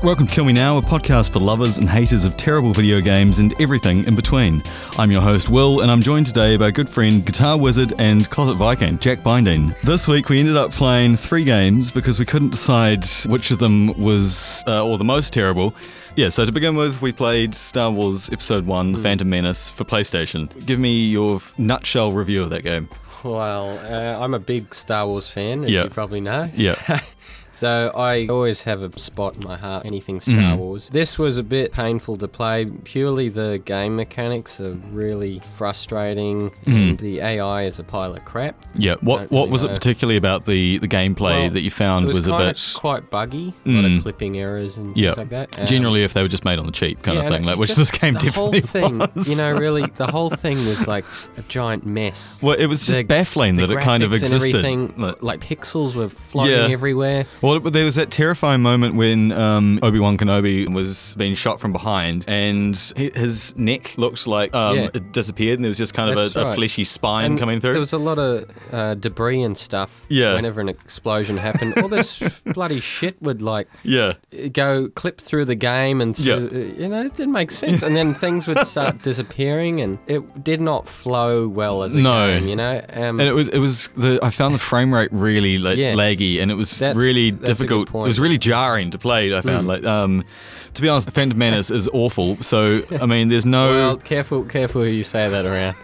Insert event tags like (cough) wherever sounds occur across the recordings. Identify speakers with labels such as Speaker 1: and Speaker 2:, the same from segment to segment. Speaker 1: Welcome to Kill Me Now, a podcast for lovers and haters of terrible video games and everything in between. I'm your host, Will, and I'm joined today by good friend, guitar wizard, and closet Viking, Jack Binding. This week we ended up playing three games because we couldn't decide which of them was, uh, or the most terrible. Yeah, so to begin with, we played Star Wars Episode 1 The Phantom Menace for PlayStation. Give me your f- nutshell review of that game.
Speaker 2: Well, uh, I'm a big Star Wars fan, as
Speaker 1: Yeah.
Speaker 2: you probably know. (laughs)
Speaker 1: Yeah.
Speaker 2: so I always have a spot in my heart, anything Star
Speaker 1: Mm-hmm.
Speaker 2: Wars. This was a bit painful to play. Purely the game mechanics are really frustrating,
Speaker 1: Mm-hmm.
Speaker 2: and the AI is a pile of crap.
Speaker 1: Yeah, what,
Speaker 2: Don't
Speaker 1: what
Speaker 2: really
Speaker 1: was it
Speaker 2: know.
Speaker 1: particularly about the, the gameplay
Speaker 2: uh, Well,
Speaker 1: that you found
Speaker 2: It was,
Speaker 1: was, a
Speaker 2: kinda
Speaker 1: bit.
Speaker 2: quite buggy, a lot
Speaker 1: Mm.
Speaker 2: of clipping errors and
Speaker 1: Yeah.
Speaker 2: things like that. Um,
Speaker 1: Generally, if they were just made on the cheap kind
Speaker 2: yeah,
Speaker 1: of
Speaker 2: and
Speaker 1: thing,
Speaker 2: it
Speaker 1: like, which
Speaker 2: just-
Speaker 1: this game
Speaker 2: the
Speaker 1: definitely
Speaker 2: whole thing,
Speaker 1: was.
Speaker 2: You know, really,
Speaker 1: (laughs)
Speaker 2: the whole thing was like a giant mess.
Speaker 1: well, it was just
Speaker 2: the-
Speaker 1: baffling
Speaker 2: the
Speaker 1: that it kind of
Speaker 2: graphics and
Speaker 1: existed.
Speaker 2: everything,
Speaker 1: Like-
Speaker 2: like pixels were floating
Speaker 1: Yeah.
Speaker 2: everywhere.
Speaker 1: Well, there was that terrifying moment when um, Obi Wan Kenobi was being shot from behind, and hi- his neck looked like um,
Speaker 2: Yeah.
Speaker 1: it disappeared, and there was just kind of
Speaker 2: That's
Speaker 1: a, a
Speaker 2: right.
Speaker 1: fleshy spine
Speaker 2: And
Speaker 1: coming through.
Speaker 2: There was a lot of uh, debris and stuff.
Speaker 1: Yeah.
Speaker 2: Whenever an explosion happened,
Speaker 1: (laughs)
Speaker 2: all this bloody shit would like
Speaker 1: yeah,
Speaker 2: go clip through the game and through, uh, you know it didn't make sense.
Speaker 1: (laughs)
Speaker 2: and then things would start disappearing, and it did not flow well as a
Speaker 1: No.
Speaker 2: game. You know. Um,
Speaker 1: and it was it was the I found the frame rate really like
Speaker 2: Yes.
Speaker 1: laggy, and it was
Speaker 2: That's-
Speaker 1: really
Speaker 2: that's a good
Speaker 1: difficult. It
Speaker 2: point. Mm.
Speaker 1: was really jarring to play. I found like um, to be honest, Phantom Menace is awful. So I mean, there's no.
Speaker 2: well, careful, careful who you say that
Speaker 1: (laughs)
Speaker 2: around.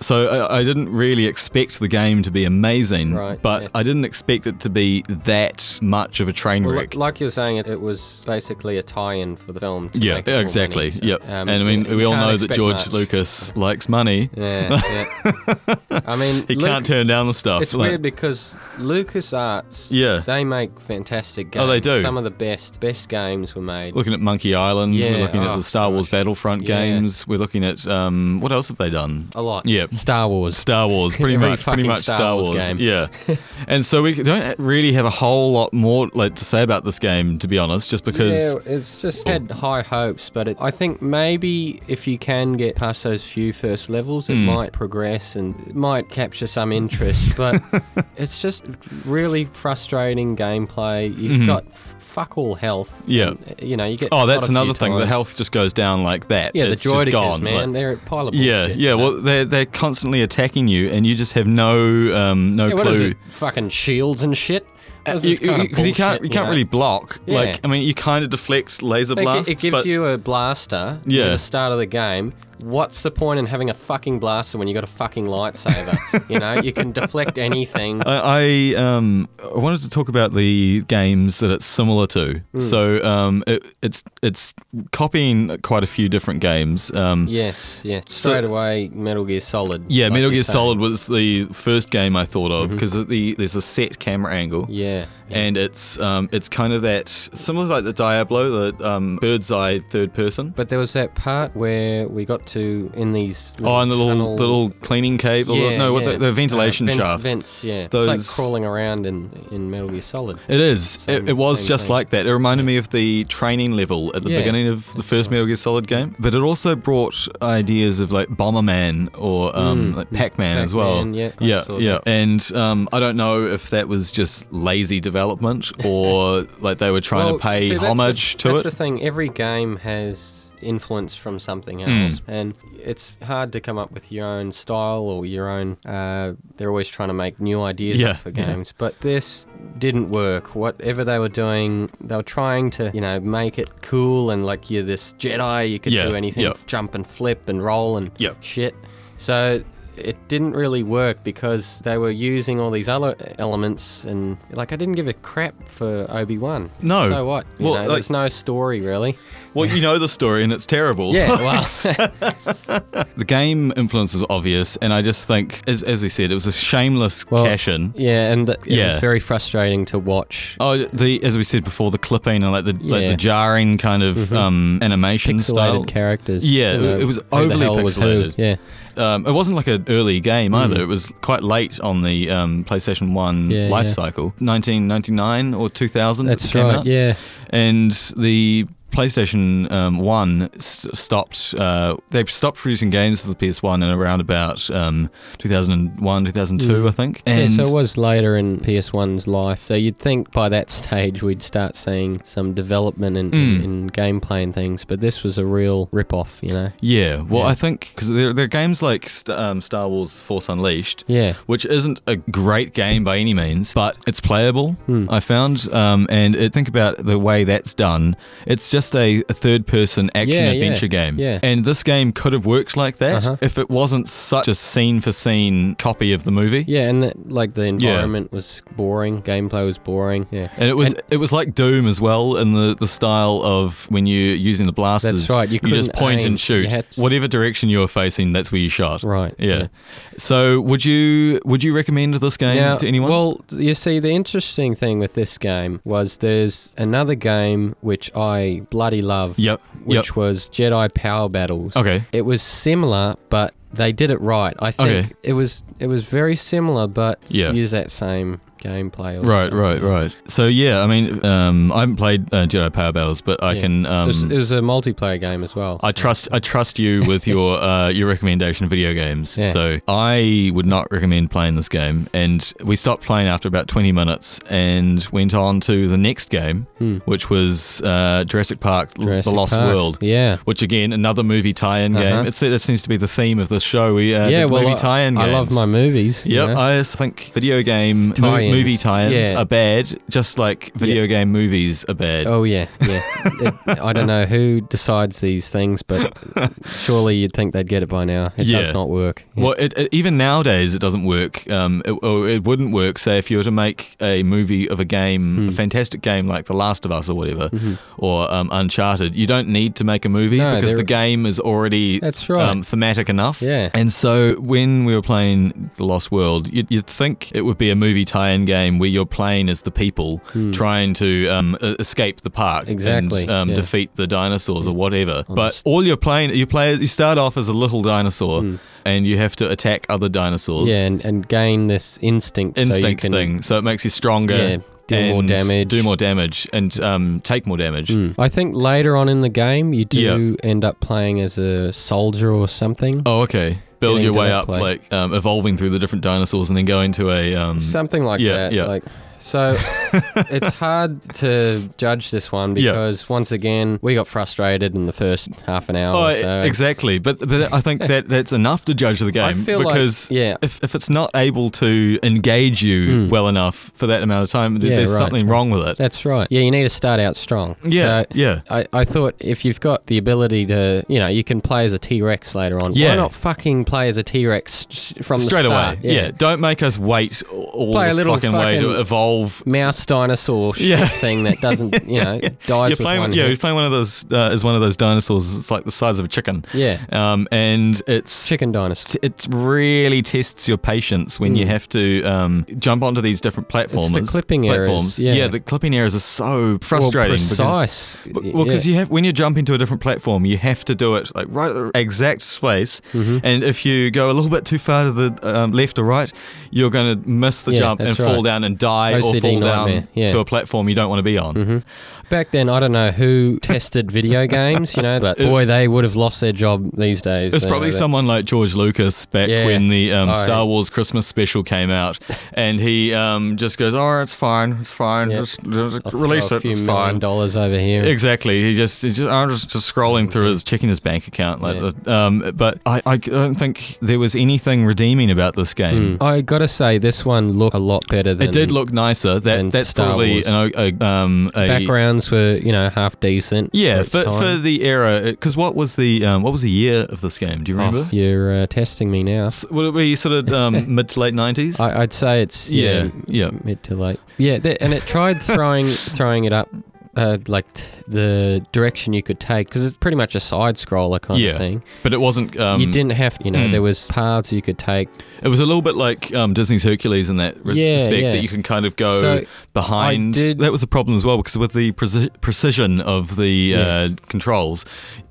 Speaker 1: So I, I didn't really expect the game to be amazing,
Speaker 2: Right,
Speaker 1: but
Speaker 2: yeah.
Speaker 1: I didn't expect it to be that much of a train
Speaker 2: Well,
Speaker 1: wreck.
Speaker 2: li- like you were saying, it, it was basically a tie-in for the film. to
Speaker 1: yeah,
Speaker 2: make it
Speaker 1: yeah,
Speaker 2: more
Speaker 1: exactly.
Speaker 2: money, so,
Speaker 1: yep.
Speaker 2: um,
Speaker 1: and I mean,
Speaker 2: you
Speaker 1: we all
Speaker 2: can't
Speaker 1: know that
Speaker 2: expect
Speaker 1: George
Speaker 2: much.
Speaker 1: Lucas likes money.
Speaker 2: Yeah, yeah.
Speaker 1: (laughs)
Speaker 2: I mean,
Speaker 1: He
Speaker 2: Luke-
Speaker 1: can't turn down the stuff.
Speaker 2: It's
Speaker 1: like-
Speaker 2: weird because LucasArts,
Speaker 1: Yeah.
Speaker 2: they make fantastic games.
Speaker 1: Oh, they do.
Speaker 2: Some of the best best games were made.
Speaker 1: Looking at Monkey Island, we're
Speaker 2: Yeah,
Speaker 1: looking at
Speaker 2: oh,
Speaker 1: the Star Wars Battlefront
Speaker 2: Yeah.
Speaker 1: games, we're looking at um, what else have they done?
Speaker 2: a lot.
Speaker 1: Yeah.
Speaker 2: Star Wars.
Speaker 1: Star Wars, pretty
Speaker 2: Every
Speaker 1: much, pretty
Speaker 2: fucking
Speaker 1: much Star,
Speaker 2: Star
Speaker 1: Wars.
Speaker 2: Wars game. (laughs)
Speaker 1: Yeah, and so we don't really have a whole lot more like to say about this game, to be honest, just because.
Speaker 2: Yeah, it's just had high hopes, but it, I think maybe if you can get past those few first levels, it
Speaker 1: Hmm.
Speaker 2: might progress and it might capture some
Speaker 1: (laughs)
Speaker 2: interest. But it's just really frustrating gameplay. You've got f- fuck all health.
Speaker 1: Mm-hmm. Yeah.
Speaker 2: and, you know you get.
Speaker 1: Oh,
Speaker 2: shot
Speaker 1: that's
Speaker 2: a few
Speaker 1: another thing. The
Speaker 2: times.
Speaker 1: health just goes down like that.
Speaker 2: Yeah, the
Speaker 1: It's just
Speaker 2: droidicas,
Speaker 1: gone.
Speaker 2: man,
Speaker 1: like-
Speaker 2: they're a pile of
Speaker 1: yeah,
Speaker 2: bullshit.
Speaker 1: yeah. Well, they're they're constantly attacking you, and you just have no um no
Speaker 2: Yeah, what is
Speaker 1: clue.
Speaker 2: this? Fucking shields and shit.
Speaker 1: Uh,
Speaker 2: Because
Speaker 1: you- you, you can't you can't really block.
Speaker 2: Yeah.
Speaker 1: Like I mean, you kind of deflect laser blasts.
Speaker 2: It, gives
Speaker 1: but,
Speaker 2: you a blaster
Speaker 1: Yeah.
Speaker 2: at the start of the game. What's the point in having a fucking blaster when you got a fucking lightsaber? you know, you can
Speaker 1: (laughs)
Speaker 2: deflect anything.
Speaker 1: I, I um I wanted to talk about the games that it's similar to.
Speaker 2: Hmm.
Speaker 1: So um it, it's it's copying quite a few different games. Um,
Speaker 2: yes, yeah.
Speaker 1: So-
Speaker 2: Straight away, Metal Gear Solid.
Speaker 1: Yeah,
Speaker 2: like
Speaker 1: Metal
Speaker 2: you
Speaker 1: Gear
Speaker 2: say. Mm-hmm.
Speaker 1: Solid was the first game I thought of because the there's a set camera angle.
Speaker 2: Yeah. yeah.
Speaker 1: and it's um, it's kind of that similar like the Diablo, the um, bird's eye third person.
Speaker 2: But there was that part where we got to in these.
Speaker 1: oh, and the little
Speaker 2: tunnel-
Speaker 1: little cleaning cave. or the-
Speaker 2: Yeah,
Speaker 1: no, what
Speaker 2: yeah.
Speaker 1: the, the ventilation
Speaker 2: Uh, vent-
Speaker 1: shafts.
Speaker 2: Vents, yeah.
Speaker 1: Those-
Speaker 2: It's like crawling around in, in Metal Gear Solid.
Speaker 1: It is. it,
Speaker 2: Same-
Speaker 1: it was
Speaker 2: same
Speaker 1: just
Speaker 2: thing.
Speaker 1: like that. It reminded me of the training level at the
Speaker 2: Yeah,
Speaker 1: beginning of the first Metal Gear Solid game. But it also brought ideas of like Bomberman or um, like Pac-Man, as well.
Speaker 2: Mm. Pac-Man, yeah, I
Speaker 1: yeah,
Speaker 2: saw
Speaker 1: yeah. And um, I don't know if that was just lazy
Speaker 2: (laughs)
Speaker 1: development or like they were trying to
Speaker 2: Well,
Speaker 1: pay
Speaker 2: see, that's the-
Speaker 1: homage to
Speaker 2: that's
Speaker 1: it.
Speaker 2: the thing. Every game has influence from something
Speaker 1: Hmm.
Speaker 2: else, and it's hard to come up with your own style or your own. Uh, they're always trying to make new ideas
Speaker 1: Yeah,
Speaker 2: for
Speaker 1: yeah.
Speaker 2: games, but this didn't work. Whatever they were doing, they were trying to, you know, make it cool and like you're this Jedi, you could
Speaker 1: Yeah,
Speaker 2: do anything,
Speaker 1: yeah.
Speaker 2: jump and flip and roll and
Speaker 1: Yeah.
Speaker 2: shit. So. It didn't really work because they were using all these other elements, and like I didn't give a crap for Obi Wan.
Speaker 1: No.
Speaker 2: So what? You
Speaker 1: Well,
Speaker 2: know,
Speaker 1: like-
Speaker 2: there's no story really.
Speaker 1: Well, you know the story, and it's terrible.
Speaker 2: Yeah.
Speaker 1: (laughs)
Speaker 2: Well,
Speaker 1: the game influence was obvious, and I just think, as, as we said, it was a shameless
Speaker 2: Well-
Speaker 1: cash in.
Speaker 2: yeah, and the,
Speaker 1: Yeah.
Speaker 2: it's very frustrating to watch.
Speaker 1: Oh, the as we said before, the clipping and like the like
Speaker 2: Yeah. Mm-hmm.
Speaker 1: the jarring kind of um, animation
Speaker 2: Pixelated
Speaker 1: style.
Speaker 2: characters.
Speaker 1: Yeah,
Speaker 2: you know,
Speaker 1: it was
Speaker 2: who the
Speaker 1: overly
Speaker 2: hell was who.
Speaker 1: pixelated.
Speaker 2: yeah.
Speaker 1: um, it wasn't like an early game either. It was quite late on the um, PlayStation One
Speaker 2: Mm. Yeah,
Speaker 1: life
Speaker 2: yeah.
Speaker 1: cycle, 1999 or 2000. it
Speaker 2: That's
Speaker 1: came
Speaker 2: right.
Speaker 1: out.
Speaker 2: Yeah.
Speaker 1: and the PlayStation um, One st- stopped. Uh, they stopped producing games for the PS One in around about um, 2001, 2002, I think.
Speaker 2: Mm. Yeah,
Speaker 1: And
Speaker 2: so it was later in PS1's life. So you'd think by that stage we'd start seeing some development in,
Speaker 1: Hmm.
Speaker 2: in, in gameplay and things, but this was a real rip-off, you know?
Speaker 1: yeah, well, I think because there, there are games like st- um, Star Wars: Force Unleashed.
Speaker 2: Yeah.
Speaker 1: Which isn't a great game by any means, but it's playable.
Speaker 2: Hmm.
Speaker 1: I found, um, and it, think about the way that's done. It's just a, a third-person action
Speaker 2: Yeah, yeah,
Speaker 1: adventure game,
Speaker 2: yeah.
Speaker 1: and this game could have worked like that
Speaker 2: Uh-huh.
Speaker 1: if it wasn't such a scene-for-scene copy of the movie.
Speaker 2: Yeah, and that, like the
Speaker 1: Yeah.
Speaker 2: environment was boring, gameplay was boring. Yeah.
Speaker 1: And it was it was like Doom as well in the, the style of when you're using the blasters.
Speaker 2: That's right, you
Speaker 1: just
Speaker 2: couldn't
Speaker 1: point
Speaker 2: aim,
Speaker 1: and shoot.
Speaker 2: you had to-
Speaker 1: Whatever direction you were facing, that's where you shot.
Speaker 2: Right,
Speaker 1: Yeah.
Speaker 2: yeah.
Speaker 1: So would you would you recommend this game to anyone?
Speaker 2: Well, you see, the interesting thing with this game was there's another game which I bloody love.
Speaker 1: Yep,
Speaker 2: Which
Speaker 1: yep.
Speaker 2: was Jedi Power Battles.
Speaker 1: Okay.
Speaker 2: It was similar, but they did it right. I think
Speaker 1: Okay.
Speaker 2: it was it was very similar, but
Speaker 1: Yeah.
Speaker 2: use that same gameplay. Or
Speaker 1: Right,
Speaker 2: something.
Speaker 1: right, right. So yeah, I mean, um, I haven't played uh, Jedi Power Battles, but I
Speaker 2: Yeah.
Speaker 1: can.
Speaker 2: it,
Speaker 1: Um,
Speaker 2: was, it was a multiplayer game as well.
Speaker 1: I trust I trust you
Speaker 2: (laughs)
Speaker 1: with your uh, your recommendation of video games.
Speaker 2: Yeah.
Speaker 1: So I would not recommend playing this game. And we stopped playing after about twenty minutes and went on to the next game, which was uh, Jurassic Park: L-
Speaker 2: Hmm. Jurassic
Speaker 1: The Lost
Speaker 2: Park.
Speaker 1: World.
Speaker 2: Yeah.
Speaker 1: Which again, another movie tie-in game.
Speaker 2: Uh-huh.
Speaker 1: It's, that seems to be the theme of this show. We uh,
Speaker 2: yeah,
Speaker 1: did
Speaker 2: well,
Speaker 1: movie
Speaker 2: I-
Speaker 1: tie-in
Speaker 2: I
Speaker 1: games.
Speaker 2: love my movies. you
Speaker 1: Yep,
Speaker 2: know?
Speaker 1: I just think video game mo-
Speaker 2: Tie-ins.
Speaker 1: movie tie-ins
Speaker 2: Yeah.
Speaker 1: are bad, just like video game movies are bad.
Speaker 2: Oh yeah, yeah. It- I don't know who decides these things, but surely you'd think they'd get it by now. It
Speaker 1: Yeah.
Speaker 2: does not work. Yeah.
Speaker 1: Well, it, it, even nowadays it doesn't work. Um, it, or it wouldn't work. Say if you were to make a movie of a game,
Speaker 2: Hmm.
Speaker 1: a fantastic game like The Last of Us or whatever, or um, Uncharted, you don't need to make a movie
Speaker 2: Mm-hmm. No,
Speaker 1: because
Speaker 2: there-
Speaker 1: the game is already
Speaker 2: That's right.
Speaker 1: um, thematic enough.
Speaker 2: Yeah.
Speaker 1: And so when we were playing The Lost World, you'd, you'd think it would be a movie tie-in game where you're playing as the people trying to um, e- escape the park
Speaker 2: Hmm. Exactly,
Speaker 1: and um,
Speaker 2: yeah.
Speaker 1: defeat the dinosaurs
Speaker 2: Mm.
Speaker 1: or whatever.
Speaker 2: the
Speaker 1: but
Speaker 2: st-
Speaker 1: all you're playing, you play, you start off as a little dinosaur, and you have to attack other dinosaurs.
Speaker 2: Mm. yeah, and, and gain this instinct, so you
Speaker 1: instinct
Speaker 2: can
Speaker 1: thing. So it makes you stronger.
Speaker 2: Yeah, do more
Speaker 1: and
Speaker 2: damage. Mm.
Speaker 1: Do more damage and um, take more damage.
Speaker 2: Hmm. I think later on in the game you do end up playing as a soldier or something.
Speaker 1: Oh, okay. Build
Speaker 2: Getting
Speaker 1: your
Speaker 2: to
Speaker 1: way
Speaker 2: that
Speaker 1: up,
Speaker 2: play.
Speaker 1: like um, evolving through the different dinosaurs, and then going to a um,
Speaker 2: Something like
Speaker 1: Yeah,
Speaker 2: that.
Speaker 1: yeah.
Speaker 2: Like
Speaker 1: (laughs)
Speaker 2: so it's hard to judge this one
Speaker 1: Yeah.
Speaker 2: because once again we got frustrated in the first half an hour.
Speaker 1: Oh,
Speaker 2: or so.
Speaker 1: exactly. But, but I think that that's enough to judge
Speaker 2: (laughs)
Speaker 1: the game
Speaker 2: feel like-
Speaker 1: because
Speaker 2: yeah. Mm.
Speaker 1: if, if it's not able to engage you well enough for that amount of time, th-
Speaker 2: Yeah,
Speaker 1: there's
Speaker 2: right.
Speaker 1: something wrong with it.
Speaker 2: That's right. Yeah, you need to start out strong.
Speaker 1: Yeah,
Speaker 2: So
Speaker 1: yeah.
Speaker 2: I, I thought if you've got the ability to, you know, you can play as a T Rex later on.
Speaker 1: Yeah.
Speaker 2: Why not fucking play as a T Rex from
Speaker 1: Straight
Speaker 2: the
Speaker 1: away.
Speaker 2: start?
Speaker 1: Yeah. Don't make us wait all
Speaker 2: Play a
Speaker 1: this
Speaker 2: little
Speaker 1: fucking, way to
Speaker 2: fucking-
Speaker 1: evolve.
Speaker 2: Mouse dinosaur shit
Speaker 1: Yeah.
Speaker 2: thing that doesn't, you know,
Speaker 1: (laughs)
Speaker 2: dies
Speaker 1: You're
Speaker 2: with
Speaker 1: playing,
Speaker 2: one.
Speaker 1: yeah, you're
Speaker 2: hit.
Speaker 1: playing one of those uh, is one of those dinosaurs. It's like the size of a chicken.
Speaker 2: Yeah.
Speaker 1: Um, and it's
Speaker 2: Chicken dinosaur.
Speaker 1: t- it really tests your patience when you have to um, jump onto these different platforms.
Speaker 2: Hmm. clipping errors,
Speaker 1: platforms.
Speaker 2: yeah.
Speaker 1: the clipping errors are so frustrating.
Speaker 2: Well,
Speaker 1: because-
Speaker 2: precise.
Speaker 1: B- Well, because
Speaker 2: yeah.
Speaker 1: you have when you jump into a different platform, you have to do it like right at the exact space.
Speaker 2: Mm-hmm.
Speaker 1: And if you go a little bit too far to the um, left or right, you're going to miss the
Speaker 2: Yeah,
Speaker 1: jump and
Speaker 2: that's
Speaker 1: fall
Speaker 2: right.
Speaker 1: down and die or
Speaker 2: OCD
Speaker 1: fall down
Speaker 2: nightmare, yeah. Mm.
Speaker 1: to a platform you don't want to be on.
Speaker 2: Mm-hmm. Back then, I don't know who tested
Speaker 1: (laughs)
Speaker 2: video games, you know, but boy, they would have lost their job these days.
Speaker 1: There's
Speaker 2: you know,
Speaker 1: probably
Speaker 2: that-
Speaker 1: someone like George Lucas back
Speaker 2: Yeah.
Speaker 1: when the um,
Speaker 2: Oh,
Speaker 1: Star
Speaker 2: yeah.
Speaker 1: Wars Christmas special came
Speaker 2: (laughs)
Speaker 1: out, and he um, just goes, "Oh, it's fine, it's fine,
Speaker 2: Yeah.
Speaker 1: just, just
Speaker 2: I'll throw
Speaker 1: release
Speaker 2: a
Speaker 1: it,
Speaker 2: few
Speaker 1: it's
Speaker 2: million
Speaker 1: fine."
Speaker 2: dollars over here.
Speaker 1: Exactly. He just, he's just I'm just, just scrolling through his checking his bank account like
Speaker 2: Yeah.
Speaker 1: the- um but I, I don't think there was anything redeeming about this game.
Speaker 2: I gotta say, this one looked a lot better than
Speaker 1: Hmm. It did look nicer. That
Speaker 2: and
Speaker 1: that's
Speaker 2: Star
Speaker 1: probably
Speaker 2: Wars.
Speaker 1: an, o- a, um a
Speaker 2: backgrounds were you know half decent.
Speaker 1: Yeah,
Speaker 2: its
Speaker 1: but for
Speaker 2: time.
Speaker 1: the era because what was the um, what was the year of this game? Do you remember?
Speaker 2: Oh, you're uh, testing me now.
Speaker 1: S- Would it be sort of
Speaker 2: (laughs)
Speaker 1: um, mid to late 90s?
Speaker 2: I, I'd say it's yeah,
Speaker 1: yeah. Yeah.
Speaker 2: mid to late. Yeah, th- and it tried throwing
Speaker 1: (laughs)
Speaker 2: throwing it up. Uh, like t- the direction you could take because it's pretty much a side scroller kind
Speaker 1: Yeah.
Speaker 2: of thing.
Speaker 1: But it wasn't um,
Speaker 2: you didn't have, you know,
Speaker 1: mm.
Speaker 2: there was paths you could take.
Speaker 1: It was a little bit like um, Disney's Hercules in that res-
Speaker 2: Yeah,
Speaker 1: respect
Speaker 2: yeah.
Speaker 1: that you can kind of go
Speaker 2: So,
Speaker 1: behind.
Speaker 2: I did-
Speaker 1: That was the problem as well because with the preci- precision of the
Speaker 2: Yes.
Speaker 1: uh, controls,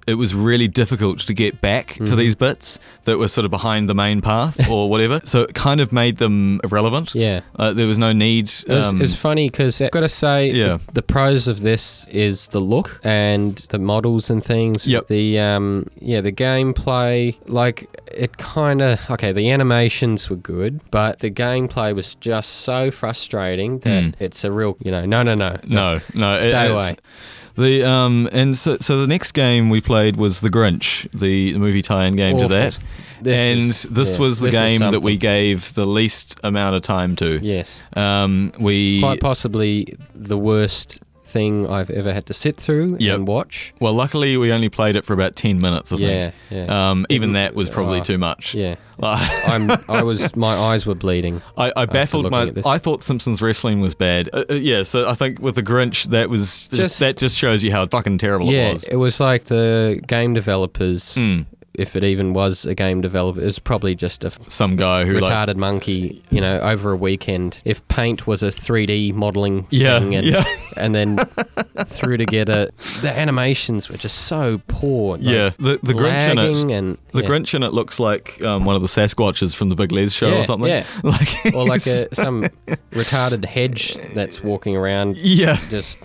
Speaker 1: it was really difficult to get back
Speaker 2: Mm-hmm.
Speaker 1: to these bits that were sort of behind the main path or whatever. So it kind of made them irrelevant.
Speaker 2: Yeah.
Speaker 1: Uh, there was no need.
Speaker 2: It was,
Speaker 1: um,
Speaker 2: it was funny because I've got to say,
Speaker 1: yeah.
Speaker 2: the, the pros of this is the look and the models and things.
Speaker 1: Yep.
Speaker 2: The um yeah, the gameplay like it kind of okay, the animations were good, but the gameplay was just so frustrating that
Speaker 1: Mm.
Speaker 2: it's a real, you know, no no no.
Speaker 1: No, no. it-
Speaker 2: Stay
Speaker 1: it's-
Speaker 2: away.
Speaker 1: The um and so so the next game we played was The Grinch, the, the movie tie-in game
Speaker 2: Awful.
Speaker 1: to that.
Speaker 2: This
Speaker 1: and
Speaker 2: is-
Speaker 1: this
Speaker 2: yeah,
Speaker 1: was the
Speaker 2: this is
Speaker 1: game that we
Speaker 2: something.
Speaker 1: gave the least amount of time to.
Speaker 2: Yes.
Speaker 1: Um, we
Speaker 2: Quite possibly the worst thing I've ever had to sit through
Speaker 1: Yep.
Speaker 2: and watch.
Speaker 1: well, luckily we only played it for about ten minutes. I
Speaker 2: Yeah,
Speaker 1: think.
Speaker 2: yeah.
Speaker 1: Um, even that was probably
Speaker 2: Oh,
Speaker 1: too much. (laughs)
Speaker 2: yeah.
Speaker 1: Like,
Speaker 2: I'm I was my eyes were bleeding.
Speaker 1: I, I baffled
Speaker 2: looking
Speaker 1: my.
Speaker 2: at this.
Speaker 1: I thought Simpsons wrestling was bad. Uh, uh, yeah, so I think with the Grinch, that was just,
Speaker 2: Just-
Speaker 1: that just shows you how fucking terrible
Speaker 2: yeah,
Speaker 1: it was.
Speaker 2: like the game developers,
Speaker 1: Mm.
Speaker 2: if it even was a game developer, it was probably just a f-
Speaker 1: Some guy who like
Speaker 2: retarded monkey, you know, over a weekend. If paint was a 3D modeling
Speaker 1: Yeah,
Speaker 2: thing and,
Speaker 1: yeah.
Speaker 2: (laughs) and then threw together, the animations were just so poor. like
Speaker 1: yeah, the the Grinch in it.
Speaker 2: lagging and
Speaker 1: The
Speaker 2: yeah.
Speaker 1: Grinch in it looks like um, one of the Sasquatches from the Big Les show
Speaker 2: Yeah,
Speaker 1: or something.
Speaker 2: yeah.
Speaker 1: (laughs) Like
Speaker 2: Or
Speaker 1: (laughs)
Speaker 2: like
Speaker 1: he's-
Speaker 2: a, some retarded hedge that's walking around
Speaker 1: yeah.
Speaker 2: just.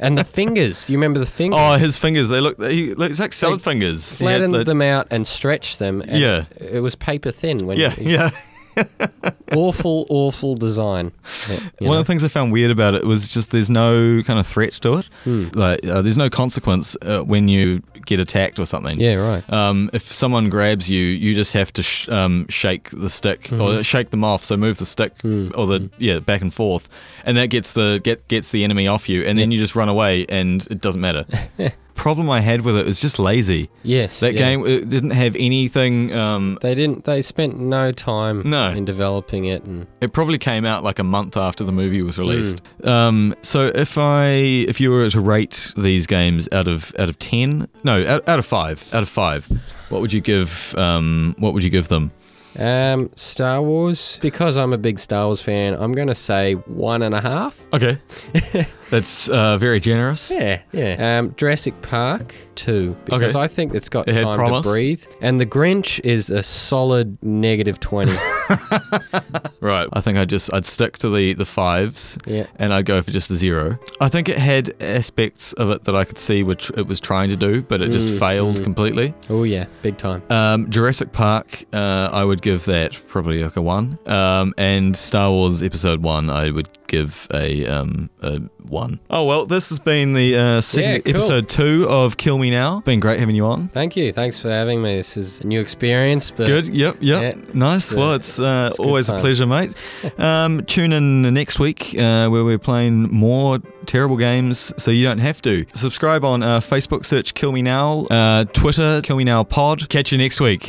Speaker 2: And the fingers. You remember the fingers?
Speaker 1: Oh, his fingers. They look. He looks like salad
Speaker 2: They
Speaker 1: fingers. He had
Speaker 2: Flattened
Speaker 1: the-
Speaker 2: them out and stretched them. And
Speaker 1: Yeah.
Speaker 2: It was paper thin when
Speaker 1: Yeah,
Speaker 2: you,
Speaker 1: yeah.
Speaker 2: awful, awful design. Yeah, you
Speaker 1: One
Speaker 2: know.
Speaker 1: of the things I found weird about it was just there's no kind of threat to it.
Speaker 2: Hmm.
Speaker 1: Like uh, there's no consequence uh, when you get attacked or something.
Speaker 2: yeah, right.
Speaker 1: Um, if someone grabs you, you just have to sh- um, shake the stick or shake them off. So move the stick or the yeah back and forth, and that gets the get gets the enemy off you, and then you just run away, and it doesn't matter. Problem I had with it was just lazy.
Speaker 2: Yes.
Speaker 1: That
Speaker 2: yeah.
Speaker 1: game it didn't have anything. Um,
Speaker 2: They didn't. They spent no time
Speaker 1: No.
Speaker 2: in developing it, and
Speaker 1: it probably came out like a month after the movie was released. Um, so if I if you were to rate these games out of out of ten, no, out, out of five, out of five, what would you give? Um, what would you give them?
Speaker 2: um, Star Wars. Because I'm a big Star Wars fan, I'm gonna say one and a half.
Speaker 1: (laughs) Okay. That's uh, very generous.
Speaker 2: Yeah, yeah. Um, Jurassic Park two because
Speaker 1: Okay.
Speaker 2: I think it's got
Speaker 1: It had
Speaker 2: time
Speaker 1: promise.
Speaker 2: to breathe, and The Grinch is a solid negative
Speaker 1: (laughs)
Speaker 2: twenty.
Speaker 1: Right. I think I just I'd stick to the the fives.
Speaker 2: Yeah.
Speaker 1: And I'd go for just a zero. I think it had aspects of it that I could see which it was trying to do, but it just failed completely.
Speaker 2: oh yeah, big time.
Speaker 1: Um, Jurassic Park, uh, I would give that probably like a one. Um, and Star Wars Episode One, I would give a um a one. Oh well, this has been the uh, second
Speaker 2: Yeah, cool.
Speaker 1: episode two of Kill Me Now. Been great having you on.
Speaker 2: Thank you. Thanks for having me. This is a new experience, but
Speaker 1: Good. Yep. Yep.
Speaker 2: Yeah,
Speaker 1: nice.
Speaker 2: it's, uh,
Speaker 1: well, it's, uh,
Speaker 2: good
Speaker 1: always a
Speaker 2: fun.
Speaker 1: pleasure, mate. Um, tune in next week uh, where we're playing more terrible games, so you don't have to. Subscribe on uh, Facebook, search Kill Me Now, uh, Twitter, Kill Me Now Pod. Catch you next week.